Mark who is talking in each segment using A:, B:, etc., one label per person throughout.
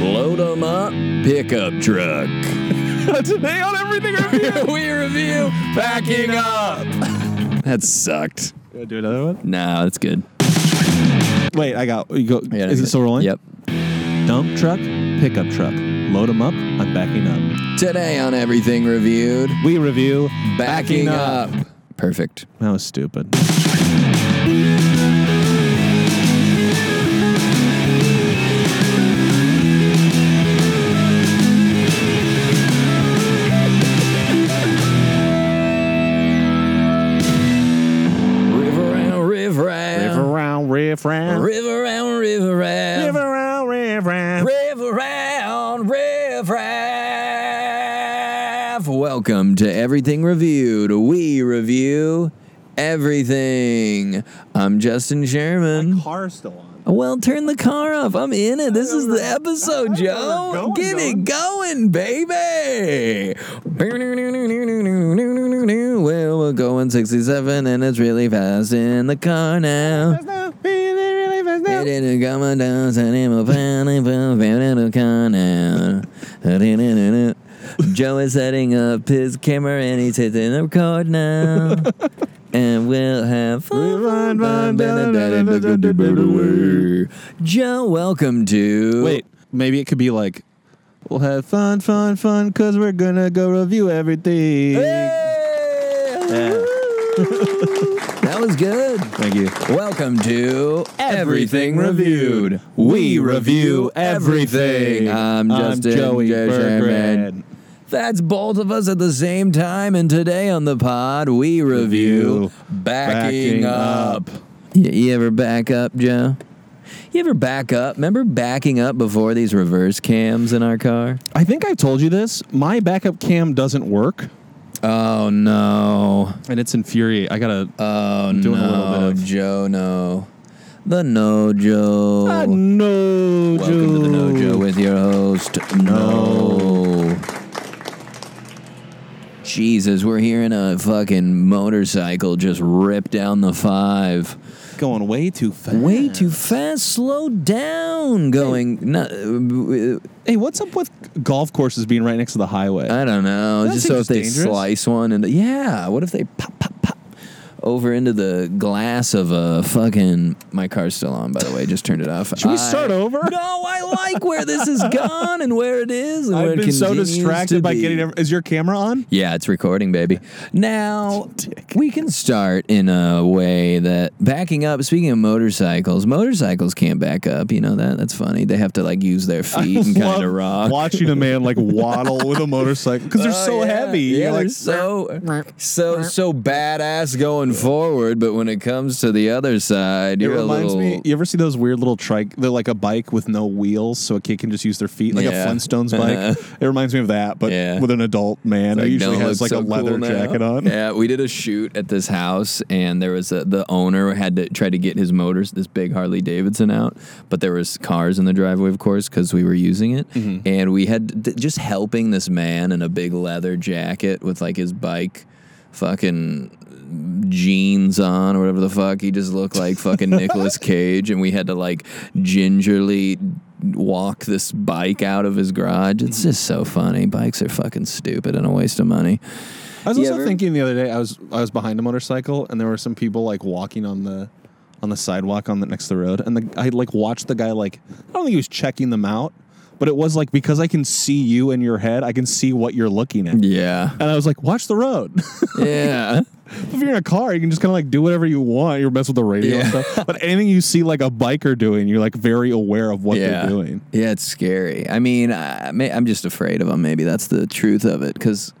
A: load 'em up pickup truck.
B: Today on everything review.
A: we review
B: Packing up.
A: That sucked.
B: You wanna do another one?
A: Nah, that's good.
B: Wait, I got. You go.
A: I gotta
B: is
A: get
B: it still rolling?
A: Yep.
B: Dump truck, pickup truck. Load 'em up. I'm backing up.
A: Today on Everything Reviewed,
B: We review
A: backing, up. Perfect.
B: That was stupid.
A: River round, river round.
B: round, riff round,
A: River round, river round.
B: round, riff round.
A: River round, river raff. Welcome to Everything Reviewed. We review everything. I'm Justin Sherman.
B: Car still on.
A: Well, turn the car off. I'm in it. This is the episode,
B: I know
A: Joe.
B: where we're going,
A: Get it going, baby. Well, we're going 67, and it's really fast in the car now. It didn't come a dance and it was finally found out it can out. Joe is setting up his camera and he's hitting record now. and we'll have fun. Joe, welcome to.
B: Wait, maybe it could be like, we'll have fun, fun, fun, because we're going to go review everything.
A: Hey!
B: Yeah.
A: that was good.
B: Thank you.
A: Welcome to Everything Reviewed.
B: We review everything.
A: I'm Justin
B: Joey
A: Joe Sherman.
B: Bergren.
A: That's both of us at the same time, and today on the pod we review
B: Review
A: backing,
B: Backing
A: up.
B: Up.
A: You, you ever back up, Joe? You ever back up? Remember backing up before these reverse cams in our car?
B: I think I've told you this. My backup cam doesn't work,
A: Oh no!
B: and it's infuriating. I gotta.
A: Oh
B: doing a
A: no,
B: little bit of-
A: Joe. No, the no Joe.
B: Ah, no,
A: Welcome to the No Joe with your host, No. Jesus, we're hearing a fucking motorcycle just rip down the five.
B: Going way too fast.
A: Way too fast. Slow down. Going. No,
B: Hey, what's up with golf courses being right next to the highway?
A: I don't know.
B: That
A: just so if
B: seems
A: they
B: dangerous.
A: slice one and yeah, what if they pop pop pop over into the glass of a fucking. My car's still on, by the way. Just turned it off.
B: Should we start
A: I-
B: over?
A: No, I like where this has gone and where it is. And where
B: I've
A: it
B: been so
A: continues to
B: distracted by
A: be.
B: getting. Every- is your camera on?
A: Yeah, it's recording, baby. Now
B: Dick.
A: we can start in a way that backing up. Speaking of motorcycles, motorcycles can't back up. You know that that's funny. They have to like use their feet and kind
B: Love
A: of rock.
B: Watching a man like waddle with a motorcycle because they're
A: Oh,
B: so
A: yeah.
B: heavy.
A: Yeah,
B: You're
A: they're
B: like,
A: so so so badass going forward, but when it comes to the other side,
B: It
A: you're
B: reminds
A: a little.
B: me. You ever see those weird little trike? They're like a bike with no wheels, so a kid can just use their feet, like
A: Yeah.
B: a Flintstones bike. it reminds me of that, but
A: Yeah.
B: with an adult man
A: Like,
B: who usually
A: don't
B: has
A: look
B: like a
A: so
B: leather
A: cool now.
B: jacket on.
A: Yeah, we did a shoot at this house, and there was a, the owner had to try to get his motors, this big Harley Davidson, out, but there was cars in the driveway, of course, because we were using it,
B: Mm-hmm.
A: and we had d- just helping this man in a big leather jacket with like his bike, fucking jeans on or whatever the fuck. He just looked like fucking Nicolas Cage, and we had to like gingerly walk this bike out of his garage. It's just so funny. Bikes are fucking stupid and a waste of money.
B: I was
A: You
B: also
A: ever-
B: thinking the other day. I was I was behind a motorcycle, and there were some people like walking on the on the sidewalk on the next to the road, and the, I like watched the guy like I don't think he was checking them out, but it was like because I can see you in your head, I can see what you're looking at.
A: Yeah.
B: And I was like, watch the road.
A: Yeah.
B: if you're in a car, you can just kind of like do whatever you want. You're messing with the radio and
A: Yeah.
B: stuff. But anything you see like a biker doing, you're like very aware of what
A: yeah.
B: they're doing.
A: Yeah, it's scary. I mean, I, may, I'm just afraid of them. Maybe that's the truth of it because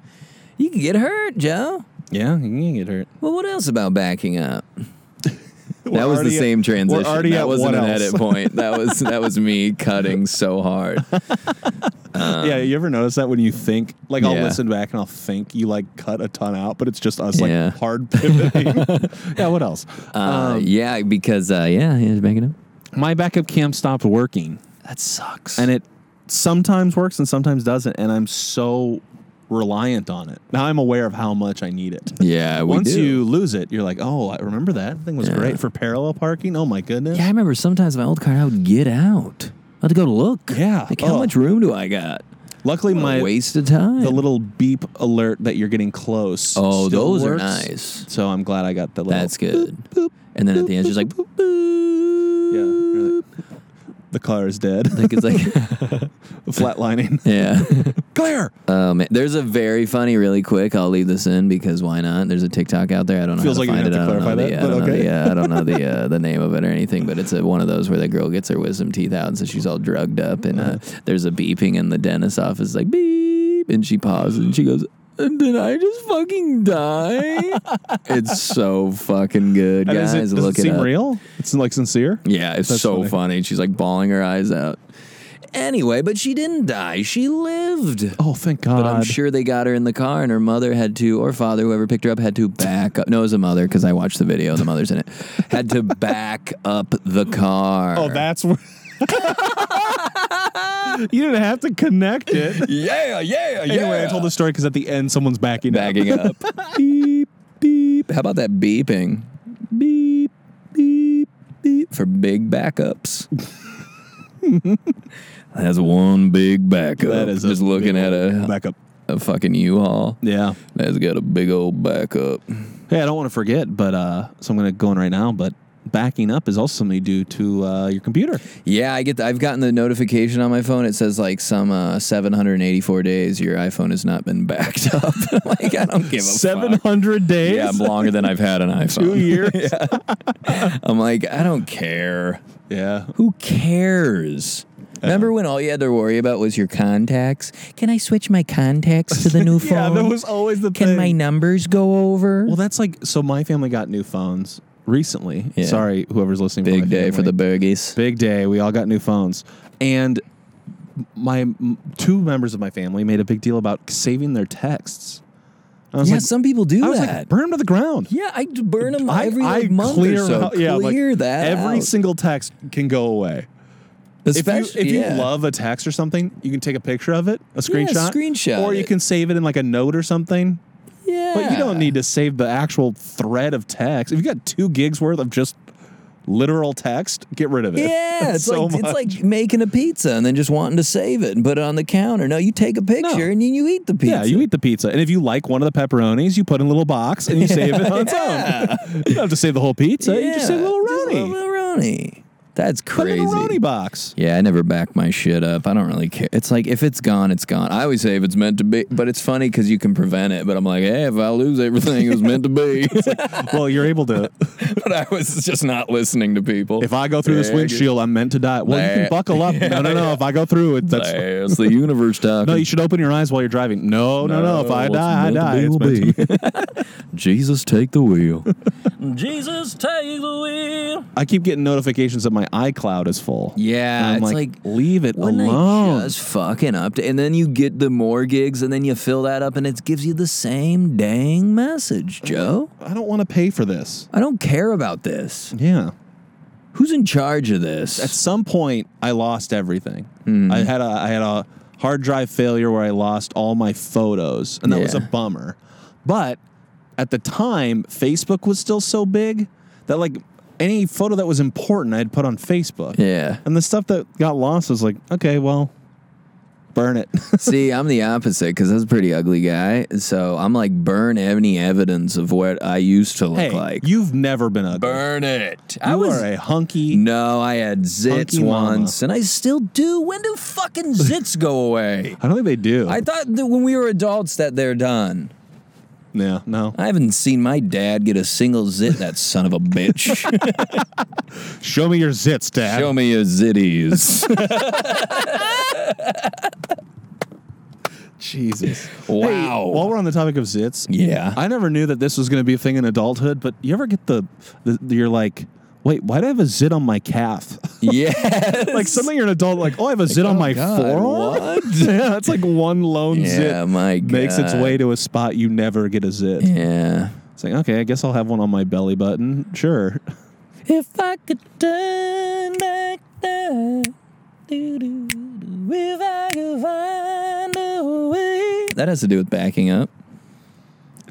A: you can get hurt, Joe.
B: Yeah, you can get hurt.
A: Well, what else about backing up? that was the same transition.
B: We're already
A: that
B: at
A: wasn't
B: what
A: an
B: else?
A: edit point. That was that was me cutting so hard.
B: yeah, you ever notice that when you think, like, I'll
A: Yeah.
B: listen back and I'll think you like cut a ton out, but it's just us like
A: Yeah.
B: hard pivoting. yeah, what else?
A: Uh,
B: Um,
A: yeah, because uh, yeah, he was backing up.
B: my backup cam stopped working,
A: That sucks.
B: and it sometimes works and sometimes doesn't, and I'm so reliant on it. Now I'm aware of how much I need it.
A: yeah, we
B: Once
A: do.
B: you lose it, you're like, oh, I remember that thing was
A: Yeah.
B: great for parallel parking. Oh my goodness.
A: yeah, I remember sometimes my old car I would get out. I'll have to go look.
B: Yeah.
A: Like, how
B: Oh.
A: much room do I got?
B: Luckily, my
A: My waste of time.
B: the little beep alert that you're getting close.
A: Oh,
B: still
A: those are
B: works.
A: nice.
B: So I'm glad I got the little.
A: That's good. and then at the end, she's like, boop,
B: Yeah.
A: boop.
B: you're like, the car is dead.
A: I think it's like,
B: Flatlining.
A: yeah.
B: Claire
A: Oh, man. There's a very funny, really quick. I'll leave this in because why not? There's a TikTok out there. I don't know.
B: Feels
A: how
B: like
A: to
B: you're
A: find
B: gonna
A: it.
B: have to
A: I don't know
B: clarify that,
A: the,
B: but okay.
A: Yeah, I don't know the uh, the name of it or anything, but it's a, one of those where the girl gets her wisdom teeth out and so she's all drugged up, and uh,
B: Uh-huh.
A: there's a beeping in the dentist's office, like beep, and she pauses and she goes. Did I just fucking die? it's so fucking good,
B: And
A: guys.
B: is it, does
A: Look
B: it seem
A: up.
B: real? It's like sincere.
A: Yeah, it's
B: That's
A: so
B: funny.
A: funny. She's like bawling her eyes out. Anyway, but she didn't die. She lived.
B: Oh, thank God.
A: But I'm sure they got her in the car, and her mother had to, or father, whoever picked her up, had to back up. No, it was a mother because I watched the video. The mother's in it. Had to back up the car.
B: Oh, that's where. you didn't have to connect it.
A: Yeah, yeah, yeah.
B: Anyway, I told the story because at the end, someone's backing
A: backing
B: up.
A: up. beep, beep. How about that beeping? Beep, beep, beep for big backups. That's one big backup.
B: That is a
A: just looking at a,
B: Back up.
A: a fucking U-Haul.
B: Yeah.
A: That's got a big old backup.
B: Hey, I don't want to forget, but uh, so I'm going to go in right now. But backing up is also something you do to uh, your computer.
A: Yeah, I get. The, I've gotten the notification on my phone. It says like some uh, 784 days your iPhone has not been backed up. like I don't give a fuck.
B: 700 days?
A: Yeah, I'm longer than I've had an iPhone.
B: Two years?
A: I'm like, I don't care.
B: yeah.
A: Who cares?
B: Uh-huh.
A: Remember when all you had to worry about was your contacts? Can I switch my contacts to the new phone?
B: Yeah, that was always the
A: Can
B: thing.
A: my numbers go over?
B: well, that's like, so my family got new phones recently.
A: Yeah.
B: Sorry, whoever's listening. from
A: big
B: my
A: day for
B: family.
A: the burgies.
B: Big day. We all got new phones. And my m- two members of my family made a big deal about saving their texts. I was
A: Yeah,
B: like,
A: some people do
B: I was
A: that.
B: like, burn them to the ground.
A: yeah, I d- burn them every like, month
B: clear
A: or so.
B: out- yeah, I'm like,
A: clear that
B: Every
A: out.
B: single text can go away. If, you,
A: Especially-
B: if you
A: yeah.
B: love a text or something, you can take a picture of it, a screenshot,
A: screenshot
B: or you
A: it.
B: can save it in like a note or something.
A: yeah,
B: But you don't need to save the actual thread of text. If you got two gigs worth of just literal text, get rid of it.
A: Yeah, it's
B: so
A: like
B: much.
A: it's like making a pizza and then just wanting to save it and put it on the counter. No, you take a picture and then you eat the pizza.
B: Yeah, you eat the pizza, and if you like one of the pepperonis, you put in a little box and you save it on its own. you don't have to save the whole pizza. You just save a little
A: just
B: roni.
A: little roni. That's
B: Put it
A: crazy.
B: in a roni box.
A: Yeah, I never back my shit up. I don't really care. It's like if it's gone, it's gone. I always say if it's meant to be, but it's funny because you can prevent it. But I'm like, hey, if I lose everything, it was meant to be.
B: well, you're able to.
A: but I was just not listening to people.
B: If I go through this
A: Yeah, I get-
B: windshield, I'm meant to die. Well, you can
A: Nah.
B: buckle up. No, no, no. If I go through it, that's
A: It's the universe talking.
B: no. You should open your eyes while you're driving. No, no, no. if I
A: what's
B: die, I
A: meant to
B: die.
A: be
B: It's
A: will
B: meant to be.
A: be. Jesus, take the wheel. Jesus, take the wheel.
B: I keep getting notifications that my iCloud is full.
A: Yeah,
B: And I'm
A: it's
B: like,
A: like,
B: leave it
A: Wouldn't I
B: alone.
A: just fucking update? And then you get the more gigs, and then you fill that up, and it gives you the same dang message, Joe.
B: I don't want to pay for this.
A: I don't care about this.
B: Yeah.
A: Who's in charge of this?
B: At some point, I lost everything.
A: Mm-hmm.
B: I had a I had a hard drive failure where I lost all my photos, and that was a
A: Yeah.
B: bummer. But at the time, Facebook was still so big that like any photo that was important, I'd put on Facebook.
A: yeah.
B: And the stuff that got lost was like, okay, well, burn it.
A: See, I'm the opposite because I was a pretty ugly guy. So I'm like, burn any evidence of what I used to look
B: hey,
A: like.
B: you've never been ugly.
A: burn it. I
B: You
A: was
B: are a hunky.
A: No, I had zits
B: Hunky mama.
A: once, and I still do. When do fucking zits go away?
B: I don't think they do.
A: I thought that when we were adults that they're done.
B: yeah, no.
A: I haven't seen my dad get a single zit. That son of a bitch.
B: Show me your zits, Dad.
A: Show me your zitties.
B: Jesus.
A: Wow.
B: Hey, while we're on the topic of zits,
A: yeah.
B: I never knew that this was going to be a thing in adulthood, but you ever get the, the you're like, wait, why do I have a zit on my calf?
A: yeah.
B: like suddenly you're an adult, like, oh, I have a zit on
A: oh,
B: my
A: God,
B: forearm.
A: what?
B: yeah, that's like one lone
A: yeah.
B: zit
A: My God.
B: makes its way to a spot you never get a zit.
A: Yeah.
B: It's like, okay, I guess I'll have one on my belly button. Sure.
A: If I could turn back time, doo-doo-doo, if I could find a way. That has to do with backing up.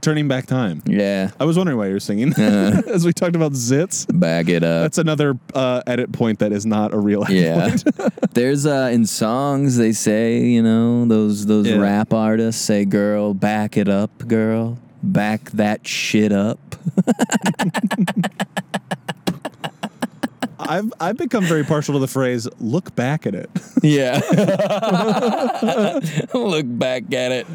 B: turning back time.
A: Yeah.
B: I was wondering why you were singing as we talked about zits.
A: Back it up.
B: That's another uh, edit point that is not a real edit
A: yeah.
B: point.
A: There's uh in songs they say, you know, those those
B: Yeah.
A: rap artists say, "Girl, back it up, girl. Back that shit up."
B: I've I've become very partial to the phrase "look back at it."
A: Yeah. Look back at it.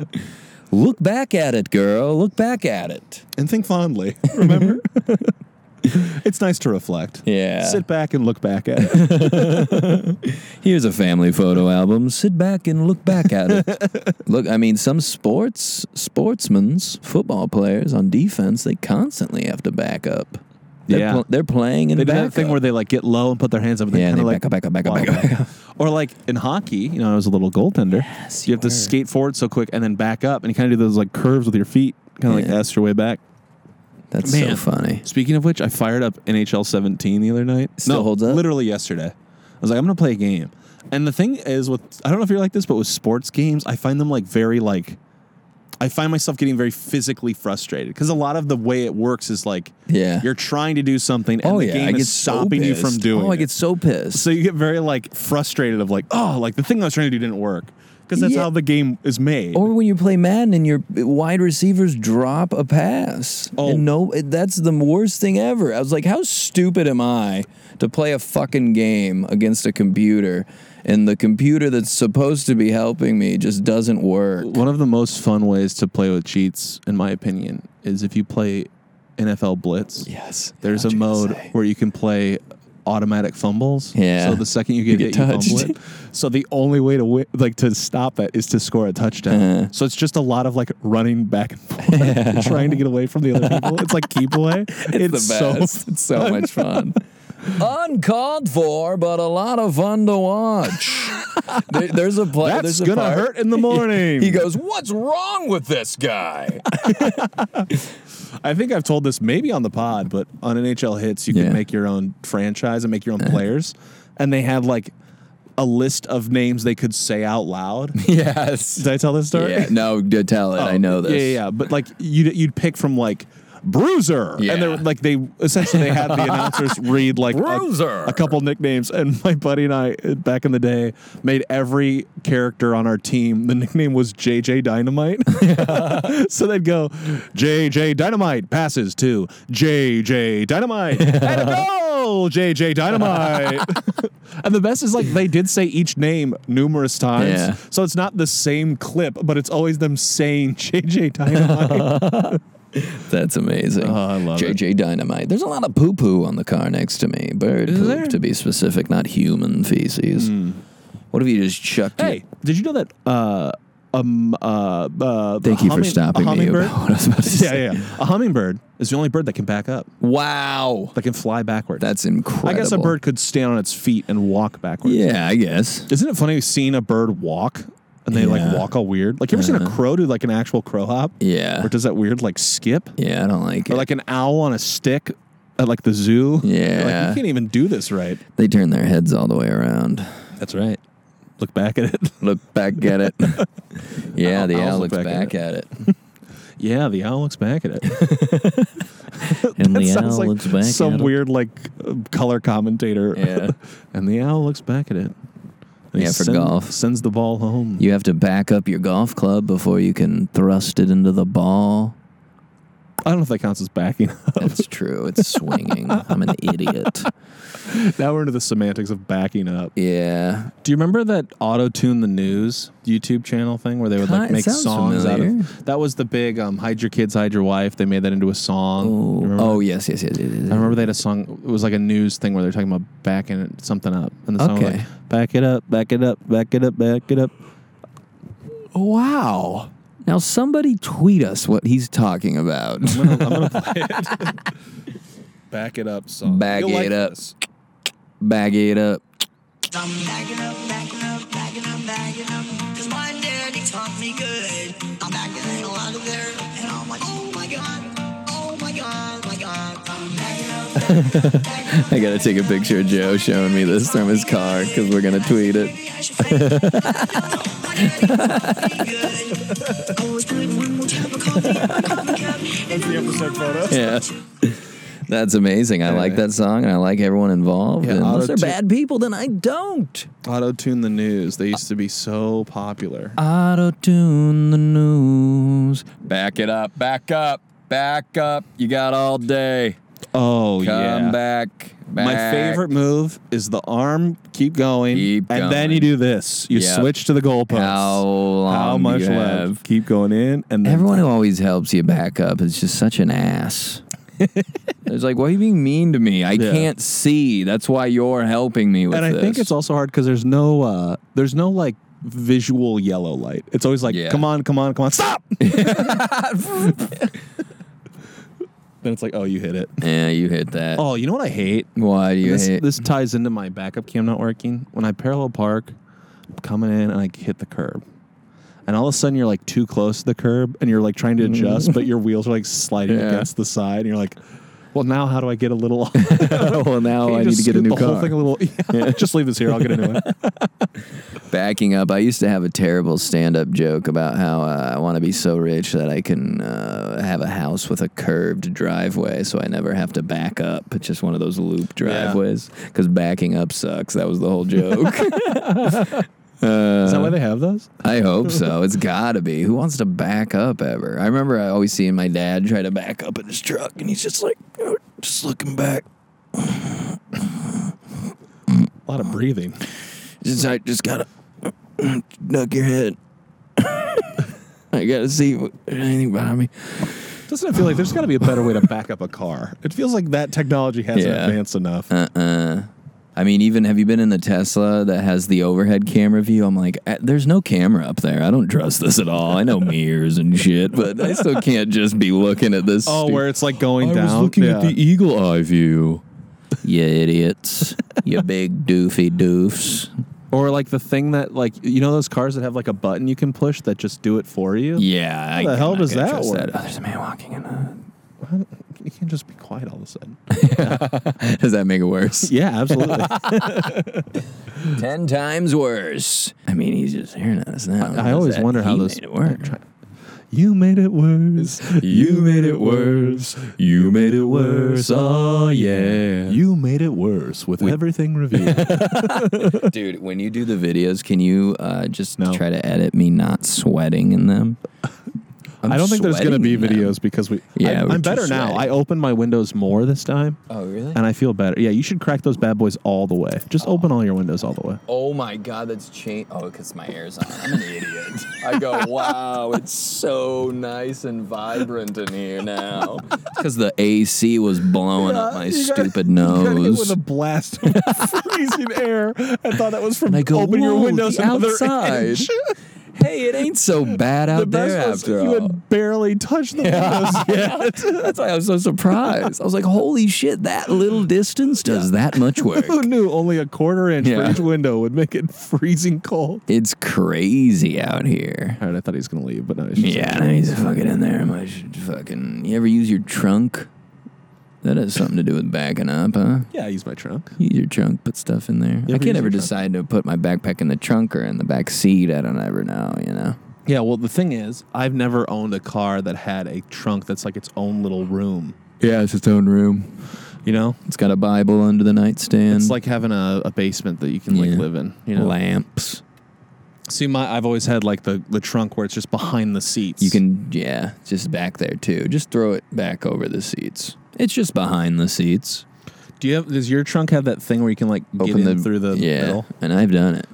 A: Look back at it, girl. Look back at it.
B: and think fondly. Remember, it's nice to reflect.
A: Yeah.
B: Sit back and look back at it.
A: Here's a family photo album. Sit back and look back at it. look, I mean, some sports sportsmen's football players on defense they constantly have to back up. They're
B: Yeah.
A: pl- they're playing in
B: They do
A: back
B: that thing
A: up.
B: where they like get low and put their hands up. And they
A: Yeah, and
B: kinda,
A: they
B: like,
A: back up, back up, back up, back up,
B: waddle
A: back up.
B: Or like in hockey, you know, I was a little goaltender.
A: Yes,
B: you have
A: you
B: to
A: were.
B: skate forward so quick and then back up, and you kind of do those like curves with your feet, kind of
A: Yeah.
B: like S your way back.
A: That's so
B: Man.
A: funny.
B: Speaking of which, I fired up NHL 17 the other night.
A: Still holds up?
B: Literally yesterday. I was like, I'm gonna play a game. And the thing is, with I don't know if you're like this, but with sports games, I find them like very like. I find myself getting very physically frustrated because a lot of the way it works is like
A: Yeah.
B: you're trying to do something and
A: oh
B: the
A: yeah,
B: game
A: I get
B: is
A: so
B: stopping you from
A: pissed.
B: doing.
A: Oh, I
B: it.
A: get so pissed.
B: so you get very like frustrated of like oh like the thing I was trying to do didn't work because that's
A: Yeah.
B: how the game is made.
A: Or when you play Madden and your wide receivers drop a pass.
B: Oh.
A: And no, that's the worst thing ever. I was like, how stupid am I to play a fucking game against a computer and the computer that's supposed to be helping me just doesn't work?
B: One of the most fun ways to play with cheats, in my opinion, is if you play NFL Blitz.
A: Yes.
B: There's
A: What
B: a
A: you gonna
B: mode
A: say?
B: where you can play automatic fumbles.
A: Yeah.
B: So the second you get,
A: get
B: it, you fumble
A: touched.
B: it. So the only way to wi- like to stop that is to score a touchdown. So it's just a lot of like running back and forth, trying to get away from the other people. It's like keep away.
A: It's, the best. it's so much fun. Uncalled for, but a lot of fun to watch. There- there's a play.
B: That's
A: there's a
B: gonna
A: part-
B: hurt in the morning.
A: He goes, "What's wrong with this guy?"
B: I think I've told this maybe on the pod, but on NHL Hits, you
A: Yeah. Uh-huh.
B: can make your own franchise and make your own players. And they had like a list of names they could say out loud.
A: yes.
B: Did I tell this story?
A: Yeah, no, d- tell it. I know this.
B: Oh, Yeah, yeah, yeah. But like you'd, you'd pick from like Bruiser.
A: Yeah.
B: And they're like, they essentially they had the announcers read like a-
A: Bruiser.
B: A, couple nicknames. And my buddy and I, uh, back in the day, made every character on our team. The nickname was JJ Dynamite. so they'd go, JJ Dynamite passes to JJ Dynamite. and a goal, JJ Dynamite. and the best is like they did say each name numerous times.
A: Yeah.
B: So it's not the same clip, but it's always them saying JJ Dynamite.
A: That's amazing.
B: Oh, I love it.
A: JJ Dynamite. There's a lot of poo poo on the car next to me. Bird poop,
B: there? Hmm.
A: to be specific, not human feces. What if you just chucked
B: hey,
A: your-
B: did you know that? Uh, um, uh, uh,
A: Thank
B: a
A: you for
B: humming-
A: stopping
B: a
A: me
B: hummingbird?
A: about what I was about to
B: yeah,
A: say.
B: yeah, yeah. A hummingbird is the only bird that can back up,
A: Wow.
B: that can fly backwards.
A: That's incredible.
B: I guess a bird could stand on its feet and walk backwards.
A: Yeah, I guess.
B: Isn't it funny seeing a bird walk and they
A: Yeah. Uh-huh.
B: like walk all weird? Like, you ever seen a crow do like an actual crow hop?
A: Yeah.
B: Or does that weird like skip?
A: Yeah, I don't like it.
B: Or like an owl on a stick at like the zoo? You're Like,
A: Yeah.
B: you can't even do this right.
A: they turn their heads all the way around.
B: That's right. Look back at it.
A: Look back at it. yeah, the
B: Owls
A: owl
B: look
A: looks back,
B: back at
A: at it.
B: yeah, the owl looks back at it.
A: And
B: That
A: the
B: sounds
A: owl
B: like
A: looks back
B: some
A: at it.
B: weird like uh, color commentator.
A: Yeah.
B: and the owl looks back at it. And he
A: Yeah, for
B: send-
A: golf.
B: Sends the ball home.
A: You have to back up your golf club before you can thrust it into the ball.
B: I don't know if that counts as backing up.
A: That's true. It's swinging. I'm an idiot.
B: now we're into the semantics of backing up.
A: Yeah.
B: Do you remember that auto tune the news YouTube channel thing where they would
A: Kind-
B: like
A: it
B: make
A: sounds
B: songs
A: familiar.
B: out of? That was the big um, "Hide Your Kids, Hide Your Wife." They made that into a song. You
A: Oh,
B: remember
A: oh
B: that?
A: yes, yes, yes, yes. yes.
B: I remember they had a song. It was like a news thing where they're talking about backing something up, and the song was
A: Okay.
B: like "Back it up, back it up, back it up, back it up." Oh, Wow.
A: Now somebody tweet us what he's talking about.
B: I'm gonna, I'm gonna play it. back it up song.
A: Back
B: You'll like
A: it up.
B: this.
A: Bag it up.
C: I'm backing up, backing up, backing up, backing up. Cause my daddy taught me good. I'm backing the hell out of there. And I'm like, oh my god, oh my god, my god. I'm backing up, backing up, backing up.
A: I gotta take a picture of Joe showing me this from his car because we're gonna tweet it.
C: Maybe I should fake it. My daddy taught me good. I was doing one more time of coffee. I'm a cab,
D: That's the episode photo.
A: Yeah. That's amazing. I like that song and I like everyone involved.
B: Yeah,
A: and unless they're
B: auto-tune-
A: bad people, then I don't.
B: Auto tune the news. They used to be so popular.
A: Auto tune the news. Back it up, back up, back up. You got all day.
B: Oh
A: Come
B: yeah.
A: back, back.
B: My favorite move is the arm. Keep going,
A: Keep
B: and
A: going.
B: then you do this. You
A: Yep.
B: switch to the goalpost.
A: How long
B: How
A: do
B: much
A: you
B: left?
A: have?
B: Keep going in, and then
A: Everyone who always helps you back up is just such an ass. it's like, why are you being mean to me? I
B: Yeah.
A: can't see. That's why you're helping me with
B: and I think
A: this.
B: it's also hard because there's no uh there's no like visual yellow light. It's always like,
A: Yeah.
B: come on, come on, come on, stop. then it's like, oh, you hit it.
A: yeah, you hit that.
B: Oh, you know what I hate?
A: Why do you
B: this,
A: hate?
B: this ties into my backup cam not working. When I parallel park, I'm coming in and I hit the curb. And all of a sudden you're like too close to the curb and you're like trying to adjust, but your wheels are like sliding
A: Mm-hmm. Yeah.
B: against the side and you're like, well, now how do I get a little off?
A: well, Oh, now
B: You
A: I need
B: just
A: to get a
B: scoot
A: new
B: the
A: car.
B: Whole thing a little, Just leave this here. I'll get a new one.
A: Backing up, I used to have a terrible stand-up joke about how uh, I want to be so rich that I can uh, have a house with a curved driveway, so I never have to back up. It's just one of those loop driveways because backing up sucks. That was the whole joke.
B: Is
A: Uh,
B: that why they have those?
A: I hope so. It's got to be. Who wants to back up ever? I remember I always seeing my dad try to back up in his truck, and he's just like, "Oh, just looking back.
B: A lot of breathing.
A: Just I just gotta duck your head. I gotta see if there's anything behind me.
B: Doesn't it feel like there's got to be a better way to back up a car? It feels like that technology hasn't
A: Yeah. Uh,
B: advanced enough.
A: I mean, even have you been in the Tesla that has the overhead camera view? I'm like, "Eh, there's no camera up there. I don't trust this at all. I know mirrors and shit, but I still can't just be looking at this.
B: oh,
A: stu-
B: where it's like going down. Yeah.
A: eagle eye view. You idiots. you big doofy doofs.
B: or like the thing that like you know those cars that have like a button you can push that just do it for you.
A: Yeah. How
B: the hell does that work?
A: Oh, there's a man walking in a.
B: You can't just be quiet all of a sudden.
A: Does that make it worse?
B: yeah, absolutely.
A: Ten times worse. I mean, he's just hearing us now.
B: I always wonder how
A: he
B: those-
A: made it work.
B: you made it worse.
A: You made it worse. You made it worse. Oh yeah.
B: You made it worse with everything reviewed.
A: Dude, when you do the videos, can you uh, just
B: No.
A: try to edit me not sweating in them? I'm
B: I don't think there's going to
A: sweating
B: be
A: in them.
B: videos because we.
A: Yeah,
B: I,
A: we're
B: I'm
A: too
B: better now.
A: sweaty.
B: I open my windows more this time,
A: Oh really?
B: and I feel better. Yeah, you should crack those bad boys all the way. Just open all your windows all the way.
A: Oh my god, that's changed. Oh, because my air's on. I'm an idiot. I go, wow, it's so nice and vibrant in here now. Because the AC was blowing up my
B: You gotta-
A: stupid
B: you gotta hit
A: nose.
B: with a blast of freezing air. I thought that was from
A: And I go,
B: open your
A: "Whoa,
B: windows
A: the
B: another
A: outside."
B: inch.
A: hey, it ain't so bad
B: The
A: out there
B: best was
A: after
B: you
A: all.
B: had barely touched the windows yet.
A: That's why I was so surprised. I was like, holy shit, that little distance does that much work.
B: Who knew only a quarter inch
A: Yeah.
B: for each window would make it freezing cold?
A: It's crazy out here.
B: All right, I thought he was gonna leave, but no, he's just
A: Yeah, no, he's fucking in there. I should fucking. You ever use your trunk? That has something to do with backing up, huh?
B: yeah, I use my trunk.
A: Use your trunk, put stuff in there. I
B: ever use
A: can't ever
B: your trunk?
A: decide to put my backpack in the trunk or in the back seat. I don't ever know, you know.
B: Yeah, well, the thing is, I've never owned a car that had a trunk that's like its own little room.
A: Yeah, it's its own room.
B: You know,
A: It's got a Bible under the nightstand.
B: it's like having a, a basement that you can like
A: Yeah.
B: live in. You know,
A: lamps.
B: see, my I've always had like the the trunk where it's just behind the seats.
A: You can, yeah, just back there too. Just throw it back over the seats. It's just behind the seats.
B: Do you have? Does your trunk have that thing where you can like get in through the
A: yeah,
B: middle?
A: and I've done it.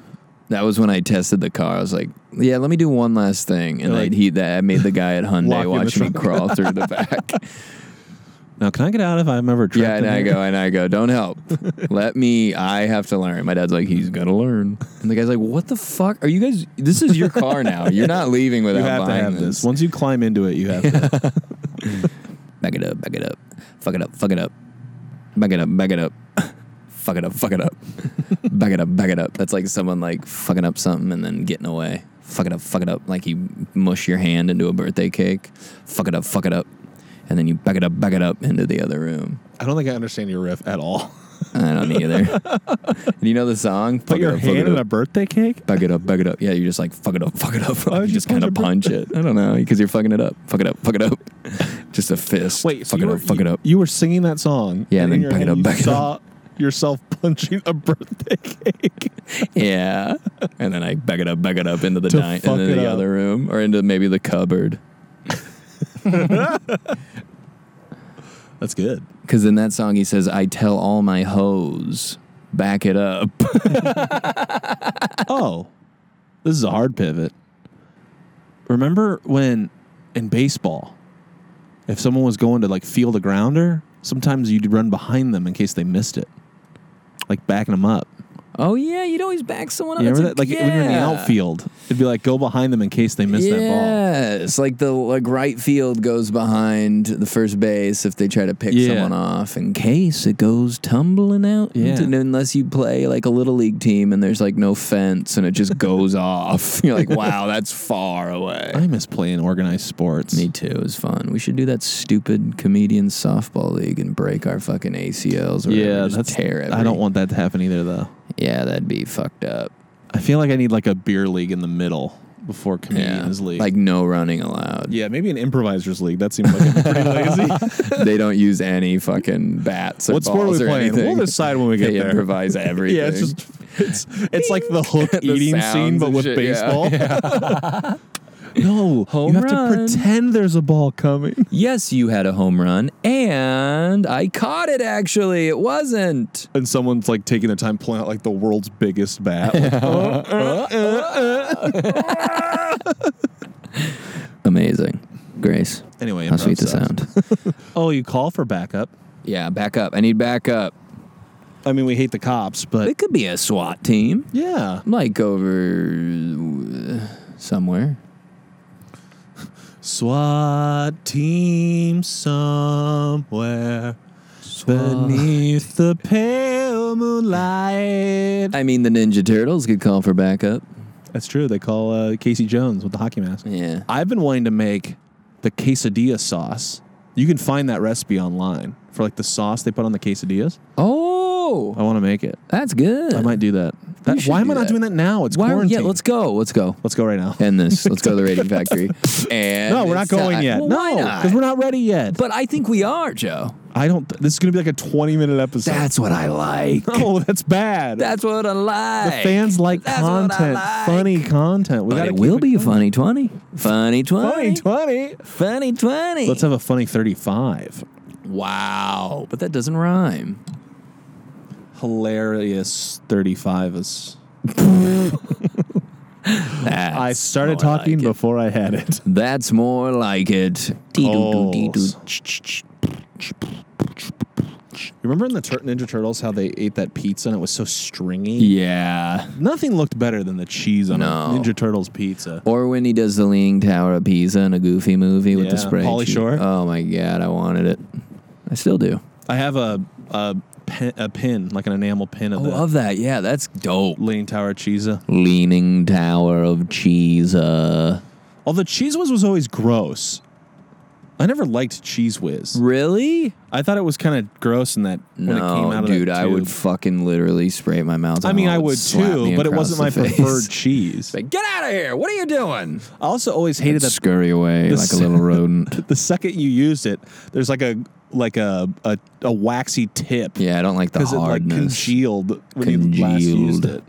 A: That was when I tested the car. I was like, "Yeah, let me do one last thing," and
B: You're
A: like,
B: like-
A: he that made the guy at
B: Lock
A: Hyundai
B: in the
A: watch me
B: trunk.
A: crawl through the back.
B: Now, can I get out if I'm ever trapped?
A: yeah, and
B: in
A: I
B: here?
A: go and I go, "Don't help, let me." I have to learn. My dad's like, "He's gonna learn," and the guy's like, "What the fuck are you guys? This is your car now. You're not leaving without
B: You have to
A: buying
B: have this. Once you climb into it, you have to.
A: Back it up, back it up, fuck it up, fuck it up, back it up, back it up, fuck it up, fuck it up, back it up, back it up. That's like someone like fucking up something and then getting away. Fuck it up, fuck it up. Like you mush your hand into a birthday cake. Fuck it up, fuck it up, and then you back it up, back it up into the other room.
B: I don't think I understand your riff at all.
A: I don't either. Do you know the song?
B: Put your hand in a birthday cake?
A: Back it up, back it up. Yeah, you're just like fuck it up, fuck it up.
B: Why would
A: you
B: you
A: just kind of
B: punch
A: punch
B: a
A: it. I don't know because you're fucking it up. Fuck it up, fuck it up. Just a fist.
B: Wait, so
A: fuck
B: you
A: it
B: were,
A: up, fuck
B: you,
A: it up.
B: You were singing that song.
A: Yeah, and then
B: in your
A: back it
B: head
A: up,
B: you
A: back it
B: saw
A: up.
B: yourself punching a birthday cake.
A: Yeah, and then I back it up, back it up into the
B: To
A: di-
B: fuck
A: into
B: it
A: the
B: up.
A: other room or into maybe the cupboard.
B: That's good.
A: Because in that song he says, "I tell all my hoes." Back it up.
B: Oh, this is a hard pivot. Remember when in baseball, if someone was going to like field a grounder, sometimes you'd run behind them in case they missed it, like backing them up.
A: Oh yeah, you'd always back someone up.
B: You
A: It's
B: remember that? Like when you're in the
A: yeah.
B: outfield, it'd be like go behind them in case they miss that ball.
A: Yes, like the like right field goes behind the first base if they try to pick
B: Yeah.
A: someone off in case it goes tumbling out.
B: Yeah.
A: And unless you play like a little league team and there's like no fence and it just goes off. You're like, wow, that's far away.
B: I miss playing organized sports.
A: Me too. It was fun. We should do that stupid comedian softball league and break our fucking ACLs. Or whatever.
B: Yeah,
A: just
B: that's
A: tear. Every,
B: I don't want that to happen either, though.
A: Yeah, that'd be fucked up.
B: I feel like I need like a beer league in the middle before
A: Yeah,
B: comedians league.
A: like no running allowed.
B: yeah, maybe an improvisers league. That seems like it'd be pretty lazy.
A: they don't use any fucking bats or
B: What sport are
A: balls
B: we
A: or
B: playing?
A: anything.
B: We'll decide when we get
A: they
B: there.
A: improvise everything.
B: Yeah, it's just it's it's like the hook eating scene,
A: sounds
B: but
A: and
B: with
A: shit, yeah.
B: baseball. no,
A: Home
B: you have
A: run.
B: to pretend there's a ball coming.
A: yes, you had a home run, and I caught it. Actually, it wasn't.
B: And someone's like taking their time pulling out like the world's biggest bat.
A: Amazing, Grace.
B: Anyway,
A: How
B: improv
A: sweet the
B: sucks.
A: sound.
B: Oh, you call for backup.
A: yeah, back up. I need backup.
B: I mean, we hate the cops, but
A: It could be a SWAT team,
B: yeah,
A: like over uh, somewhere.
B: SWAT team somewhere beneath the pale moonlight.
A: I mean, the Ninja Turtles could call for backup.
B: That's true. They call uh, Casey Jones with the hockey mask.
A: Yeah.
B: I've been wanting to make the quesadilla sauce. You can find that recipe online for like the sauce they put on the quesadillas. I
A: Oh,
B: want to make it.
A: that's good.
B: I might do that. That-
A: Uh, should
B: why am
A: do
B: I not
A: that.
B: doing that now? It's
A: Why?
B: quarantine.
A: Yeah, let's go. Let's go.
B: let's go right now.
A: end this. Let's go to the Rating Factory. And
B: No, we're not
A: it's
B: going
A: time-
B: yet.
A: Well, why
B: no,
A: not?
B: because we're not ready yet.
A: But I think we are, Joe.
B: I don't. This is gonna be like a twenty-minute episode.
A: That's what I like.
B: oh, that's bad.
A: That's what I
B: the
A: like.
B: fans like
A: That's what I
B: content,
A: like.
B: funny content. We
A: But
B: gotta
A: it
B: keep
A: will be
B: going.
A: funny twenty, funny
B: funny
A: twenty,
B: twenty.
A: funny twenty.
B: Let's have a funny thirty-five.
A: wow, but that doesn't rhyme.
B: Hilarious thirty-five is.
A: That's
B: I started
A: more
B: talking
A: like it.
B: before I had it.
A: That's more like it.
B: Goals.
A: Dee-doo-doo-dee-doo.
B: Remember in the Tur- Ninja Turtles how they ate that pizza and it was so stringy?
A: Yeah.
B: Nothing looked better than the cheese on
A: No.
B: a Ninja Turtles pizza.
A: Or when he does the Leaning Tower of Pisa in a goofy movie with the
B: Yeah,
A: spray.
B: Pauly
A: sheet.
B: Shore.
A: Oh my god, I wanted it. I still do.
B: I have a a, pin, a pin, like an enamel pin of
A: Oh,
B: the
A: of that. Yeah, that's dope.
B: Leaning Tower Cheesa.
A: Leaning Tower of Cheese. Uh,
B: Although Cheese Whiz was always gross. I never liked Cheese Whiz.
A: really?
B: I thought it was kind of gross in that when it came
A: No,
B: out
A: dude,
B: of that
A: I would
B: tube.
A: fucking literally spray my mouth.
B: I
A: and
B: mean,
A: all
B: I would
A: slap me
B: too, but it
A: across
B: wasn't
A: the
B: my
A: face.
B: preferred cheese. I
A: Like, get out of here! What are you doing?
B: also always hated that
A: Scurry away
B: the
A: like a
B: s-
A: little rodent.
B: the second you used it, there's like a like a a, a waxy tip
A: Yeah, I don't like the
B: because it like
A: hardness.
B: congealed when you last used
A: Congealed.
B: it.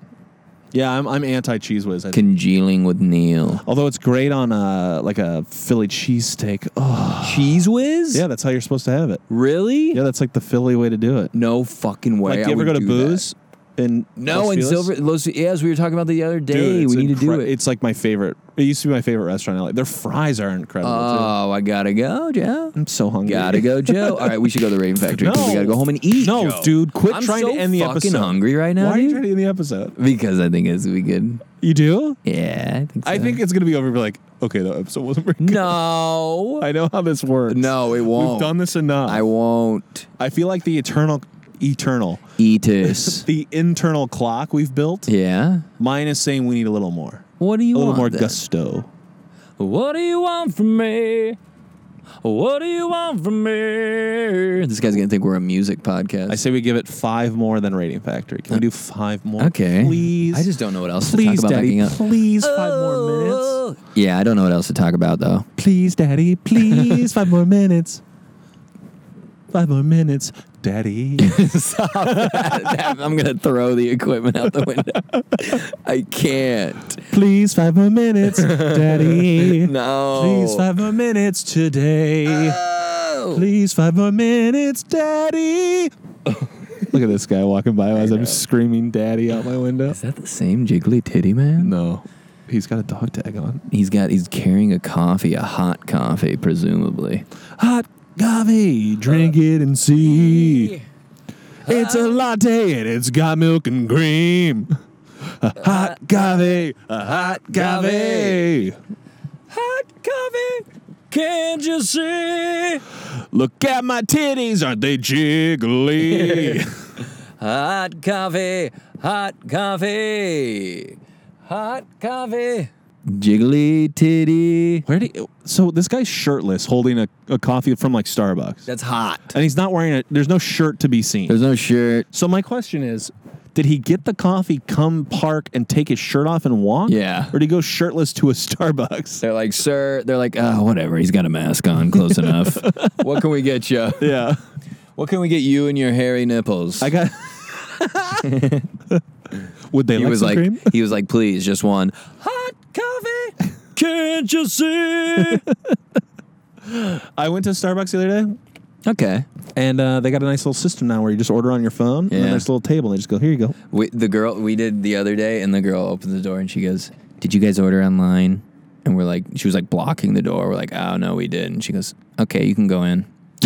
B: Yeah, I'm I'm anti cheese whiz. I think.
A: Congealing with Neil.
B: Although it's great on a like a Philly cheesesteak. Oh,
A: Cheese whiz?
B: yeah, that's how you're supposed to have it.
A: Really?
B: Yeah, that's like the Philly way to do it.
A: No fucking way.
B: Like,
A: I
B: do you ever
A: would
B: go to
A: do that.
B: Booze? In
A: No,
B: Los
A: in
B: Feliz?
A: Silver. Los, yeah, as we were talking about the other
B: Dude,
A: day,
B: it's
A: we need to do
B: incre-
A: it.
B: It's like my favorite. It used to be my favorite restaurant. in LA. Their fries are incredible. too.
A: Oh, I gotta go, Joe.
B: I'm so hungry.
A: Gotta go, Joe. All right, we should go to the Raven Factory because we
B: No.
A: gotta go home and eat.
B: No,
A: Joe.
B: dude, quit
A: I'm
B: trying
A: so
B: to end the
A: fucking
B: episode.
A: hungry right
B: Why
A: now,
B: are you
A: dude.
B: trying to end the episode?
A: because I think it's gonna be good.
B: You do?
A: Yeah, I think. So.
B: I think it's gonna be over. Be like, okay, the episode wasn't very good.
A: no,
B: I know how this works.
A: no, it won't.
B: we've done this enough.
A: I won't
B: I feel like the eternal, eternal,
A: eat us.
B: the internal clock we've built.
A: yeah.
B: Mine is saying we need a little more,
A: What do
B: a
A: you
B: little
A: want?
B: more
A: then?
B: gusto.
A: What do you want from me? What do you want from me? This guy's gonna think we're a music podcast.
B: I say we give it five more than Rating Factory. Can we do five more?
A: Uh, okay.
B: Please.
A: I just don't know what else
B: Please,
A: to talk about
B: Daddy.
A: backing up.
B: Please, five more
A: Oh.
B: minutes.
A: Yeah, I don't know what else to talk about though.
B: Please, Daddy. Please, five more minutes. Five more minutes, Daddy.
A: Stop that. That- I'm gonna throw the equipment out the window. I can't.
B: Please, five more minutes, Daddy.
A: No.
B: Please, five more minutes today.
A: No.
B: Please, five more minutes, Daddy. Look at this guy walking by as I'm screaming "Daddy" out my window.
A: Is that the same jiggly titty man?
B: No, he's got a dog tag on.
A: He's got. He's carrying a coffee, a hot coffee, presumably.
B: Hot coffee, drink it and
A: Uh,
B: see. It's a latte and it's got milk and cream. A
A: Uh,
B: hot coffee, a hot coffee.
A: Hot coffee. Can't you see?
B: Look at my titties, aren't they jiggly?
A: Hot coffee. Hot coffee. Hot coffee. Jiggly titty.
B: Where do you, so this guy's shirtless, holding a, a coffee from like Starbucks,
A: That's hot.
B: and he's not wearing it. There's no shirt to be seen.
A: There's no shirt.
B: So my question is, did he get the coffee, come park, and take his shirt off and walk?
A: Yeah.
B: Or did he go shirtless to a Starbucks?
A: They're like, sir. They're like, oh, whatever. He's got a mask on. Close enough. What can we get you?
B: Yeah.
A: What can we get you and your hairy nipples?
B: I got. Would they
A: he
B: like
A: was
B: some
A: like,
B: cream?
A: he was like, please, just one hot coffee. Can't you see?
B: I went to Starbucks the other day,
A: okay.
B: and uh, they got a nice little system now where you just order on your phone, and
A: Yeah.
B: then there's a little table, and they just go, "Here you go."
A: We, the girl we did the other day, and the girl opened the door and she goes, "Did you guys order online?" And we're like, she was like blocking the door. We're like, "Oh no, we did." And she goes, "Okay, you can go in."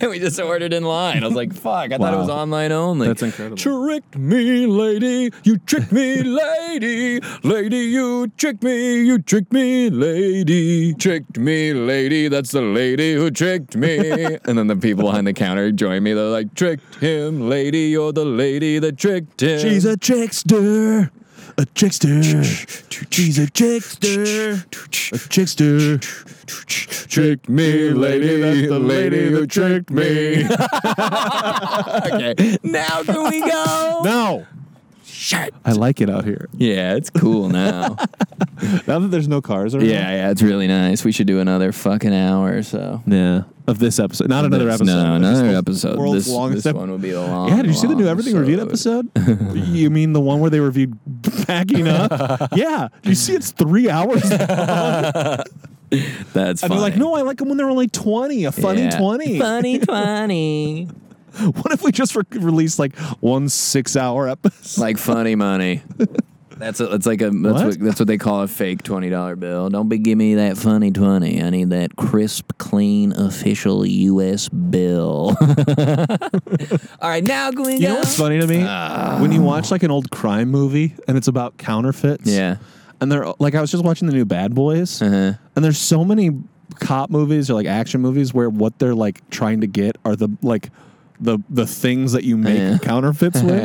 A: and we just ordered in line. I was like, "Fuck!" I thought it was
B: Wow.
A: online only.
B: That's incredible.
A: Tricked me, lady. You tricked me, lady. Lady, you tricked me. You tricked me, lady. Tricked me, lady. That's the lady who tricked me. and then the people behind the counter join me. They're like, tricked him, lady. You're the lady that tricked him.
B: She's a trickster, a trickster. She's a trickster, a trickster.
A: tricked me, lady. That's the lady who tricked me. okay, now can we go?
B: No,
A: Shit.
B: I like it out here.
A: Yeah, it's cool now.
B: Now that there's no cars around.
A: Yeah, yeah, it's really nice. We should do another fucking hour or so.
B: Yeah. Of this episode. Not another
A: This-
B: episode.
A: No,
B: This
A: another
B: is the
A: episode.
B: World's
A: This,
B: longest
A: this
B: ep-
A: one will be the long.
B: Yeah, did you see the new
A: long
B: Everything Reviewed episode? you mean the one where they reviewed backing up? yeah. Do you see it's three hours? and
A: That's funny.
B: they're like, no, I like them when they're only 20, a funny
A: Yeah.
B: 20.
A: Funny 20.
B: What if we just re- release like one six hour episode?
A: like funny money. That's a, it's like a that's what?
B: What?
A: that's what they call a fake twenty dollar bill. Don't be give me that funny twenty. I need that crisp, clean, official U.S. bill. All right, now going.
B: You know what's funny to me?
A: Ah.
B: when you watch like an old crime movie and it's about counterfeits.
A: Yeah.
B: And they're like, I was just watching the new Bad Boys.
A: Uh-huh.
B: And there's so many cop movies or like action movies where what they're like trying to get are the like the the things that you make
A: Yeah.
B: counterfeits with.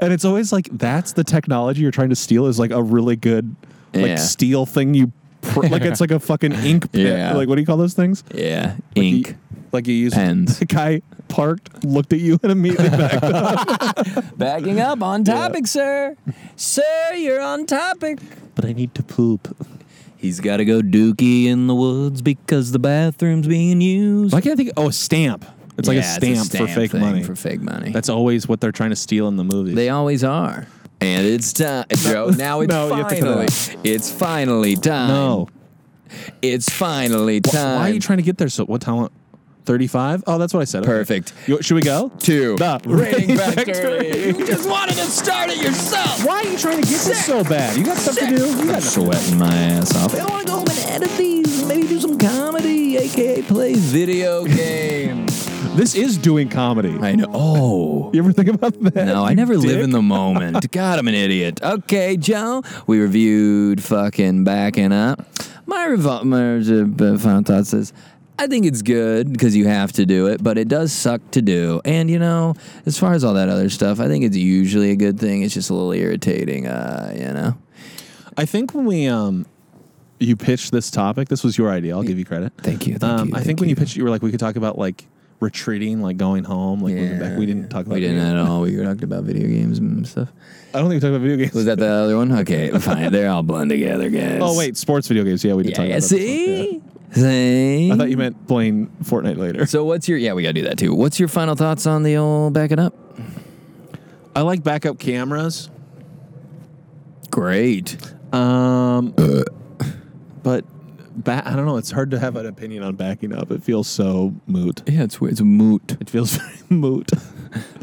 B: And it's always like that's the technology you're trying to steal is like a really good like
A: Yeah.
B: steel thing you pr- like it's like a fucking ink pen.
A: Yeah.
B: Like what do you call those things?
A: Yeah. Ink.
B: You- like you use
A: Pens.
B: The guy parked, looked at you and immediately backed up.
A: Backing up on topic, sir. Sir, you're on topic.
B: But I need to poop.
A: He's got to go dookie in the woods because the bathroom's being used.
B: Why can't I think oh a stamp. It's like a,
A: Yeah, it's
B: stamp for fake
A: thing
B: money.
A: For fake money.
B: that's always what they're trying to steal in the movies.
A: They always are. And it's time. Joe, now it's
B: No, you have to cut it
A: finally. It's finally time.
B: no.
A: It's finally
B: Wh-
A: time.
B: Why are you trying to get there? So what time? Thirty-five? Oh, that's what I said. Okay.
A: Perfect.
B: You- should we go?
A: to
B: The
A: Rating
B: Rating
A: Factory.
B: Factory.
A: You just wanted to start it yourself.
B: Why are you trying to get this so bad? You got stuff to do. You
A: I'm
B: got
A: sweating my ass off. I want to go home and edit these and maybe do some comedy, aka play video games.
B: this is doing comedy.
A: I know. Oh.
B: You ever think about that?
A: No, I
B: you
A: never live
B: dick?
A: in the moment. God, I'm an idiot. Okay, Joe, we reviewed fucking backing up. My, revol- my uh, final thought says, I think it's good because you have to do it, but it does suck to do. And you know, as far as all that other stuff, I think it's usually a good thing. It's just a little irritating, uh, you know.
B: I think when we um, you pitched this topic. This was your idea. I'll give you credit.
A: Thank you, thank
B: um,
A: you,
B: I
A: thank
B: think when you
A: you.
B: pitched it, you were like, we could talk about like retreating, like going home, like moving back. We didn't uh, talk about.
A: We didn't
B: video-
A: at all. We talked about video games and stuff.
B: I don't think we talked about video games.
A: Was that the other one? Okay, fine. They're all blend together, guys.
B: Oh wait, sports video games. Yeah, we did
A: Yeah,
B: talk
A: yeah,
B: about that before. Yeah.
A: see? See?
B: I thought you meant playing Fortnite later.
A: So what's your yeah, we gotta do that too. What's your final thoughts on the old back it up?
B: I like backup cameras.
A: Great.
B: Um, but ba- I don't know. It's hard to have an opinion on backing up. It feels so moot.
A: Yeah, it's it's moot.
B: It feels very moot.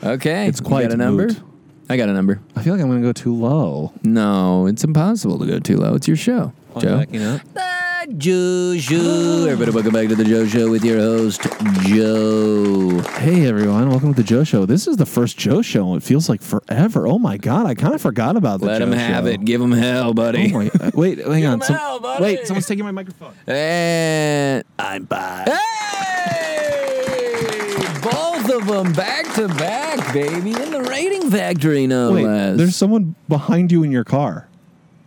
A: Okay.
B: It's
A: you
B: quite
A: got a number?
B: moot.
A: I got a number.
B: I feel like I'm going to go too low.
A: No, it's impossible to go too low. It's your show.
B: on
A: Joe.
B: backing up.
A: The Joe Show. Everybody welcome back to the Joe Show with your host, Joe.
B: Hey everyone, welcome to the Joe Show. This is the first Joe Show. It feels like forever. Oh my god, I kind of forgot about the
A: Let
B: Joe
A: him have
B: Show.
A: it. Give him hell, buddy.
B: Oh my, uh, wait, hang on. Some-
A: hell, buddy.
B: wait, someone's taking my microphone.
A: and
B: I'm back.
A: Hey! Both of them back to back, baby, in the rating factory, no
B: Wait,
A: less.
B: there's someone behind you in your car.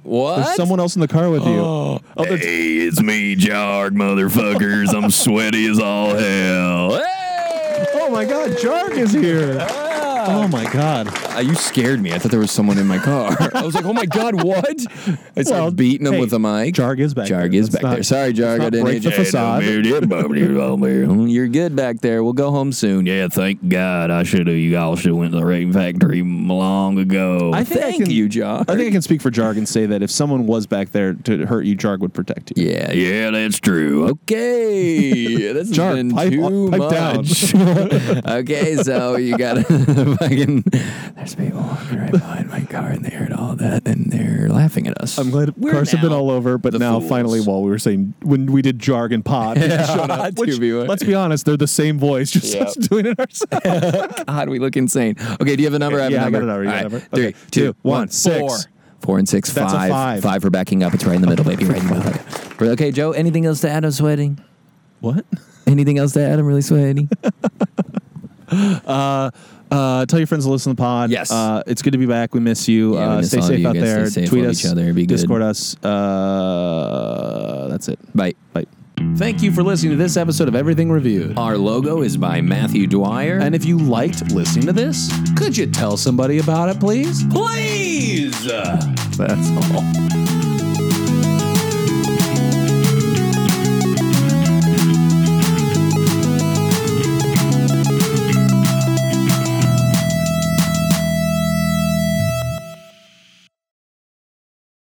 A: what?
B: There's someone else in the car with you. Oh, the-
A: Hey, it's me, Jarg, motherfuckers. I'm sweaty as all hell. Hey!
B: oh my god, Jark is here.
A: Ah!
B: Oh my god.
A: Uh, you scared me. I thought there was someone in my car. I was like, oh my God, what? I started
B: Well,
A: beating him
B: hey,
A: with a mic.
B: Jarg is back
A: Jarg
B: there.
A: is
B: Let's
A: back
B: not-
A: there. Sorry, Jarg.
B: not
A: I didn't hit
B: break the
A: you.
B: facade.
A: You're good back there. We'll go home soon. Yeah, thank God. I should have. You all should have went to the rain factory long ago.
B: I think I
A: thank
B: can-
A: you, Jarg.
B: I think I can speak for Jarg and say that if someone was back there to hurt you, Jarg would protect you.
A: yeah, yeah, that's true. Okay, this has
B: Jarg,
A: been
B: pipe-
A: too
B: pipe down.
A: much. okay, so you got to fucking. There's people walking right behind my car, and they heard all that, and they're laughing at us.
B: I'm glad
A: We're
B: cars have been
A: now
B: all over, but
A: the
B: now
A: fools.
B: finally, while we were saying when we did jargon pod, yeah, showed up,
A: To
B: which,
A: be right.
B: let's be honest, they're the same voice, just
A: Yep.
B: us doing it ourselves.
A: God, we look insane. Okay, do you have a number? I have
B: yeah,
A: a
B: I
A: number.
B: got a number, you got a
A: All
B: number?
A: Three,
B: Okay.
A: two, one,
B: Six.
A: four. Four and six,
B: That's a
A: five.
B: five.
A: Five for backing up. It's right in the middle, baby. Right in the middle. But okay, Joe, anything else to add? I'm sweating.
B: what?
A: Anything else to add? I'm really sweating.
B: Uh, tell your friends to listen to the pod.
A: Yes.
B: uh, it's good to be back. We miss you.
A: Yeah, we
B: uh,
A: miss
B: stay
A: all of
B: safe
A: you
B: out
A: guys. Stay
B: there.
A: safe,
B: Tweet
A: love
B: us.
A: each other. Be good.
B: Discord us. Uh, that's it.
A: Bye.
B: Bye. Thank you for listening to this episode of Everything Reviewed.
A: Our logo is by Matthew Dwyer.
B: And if you liked listening to this, could you tell somebody about it, please?
A: please.
B: That's all.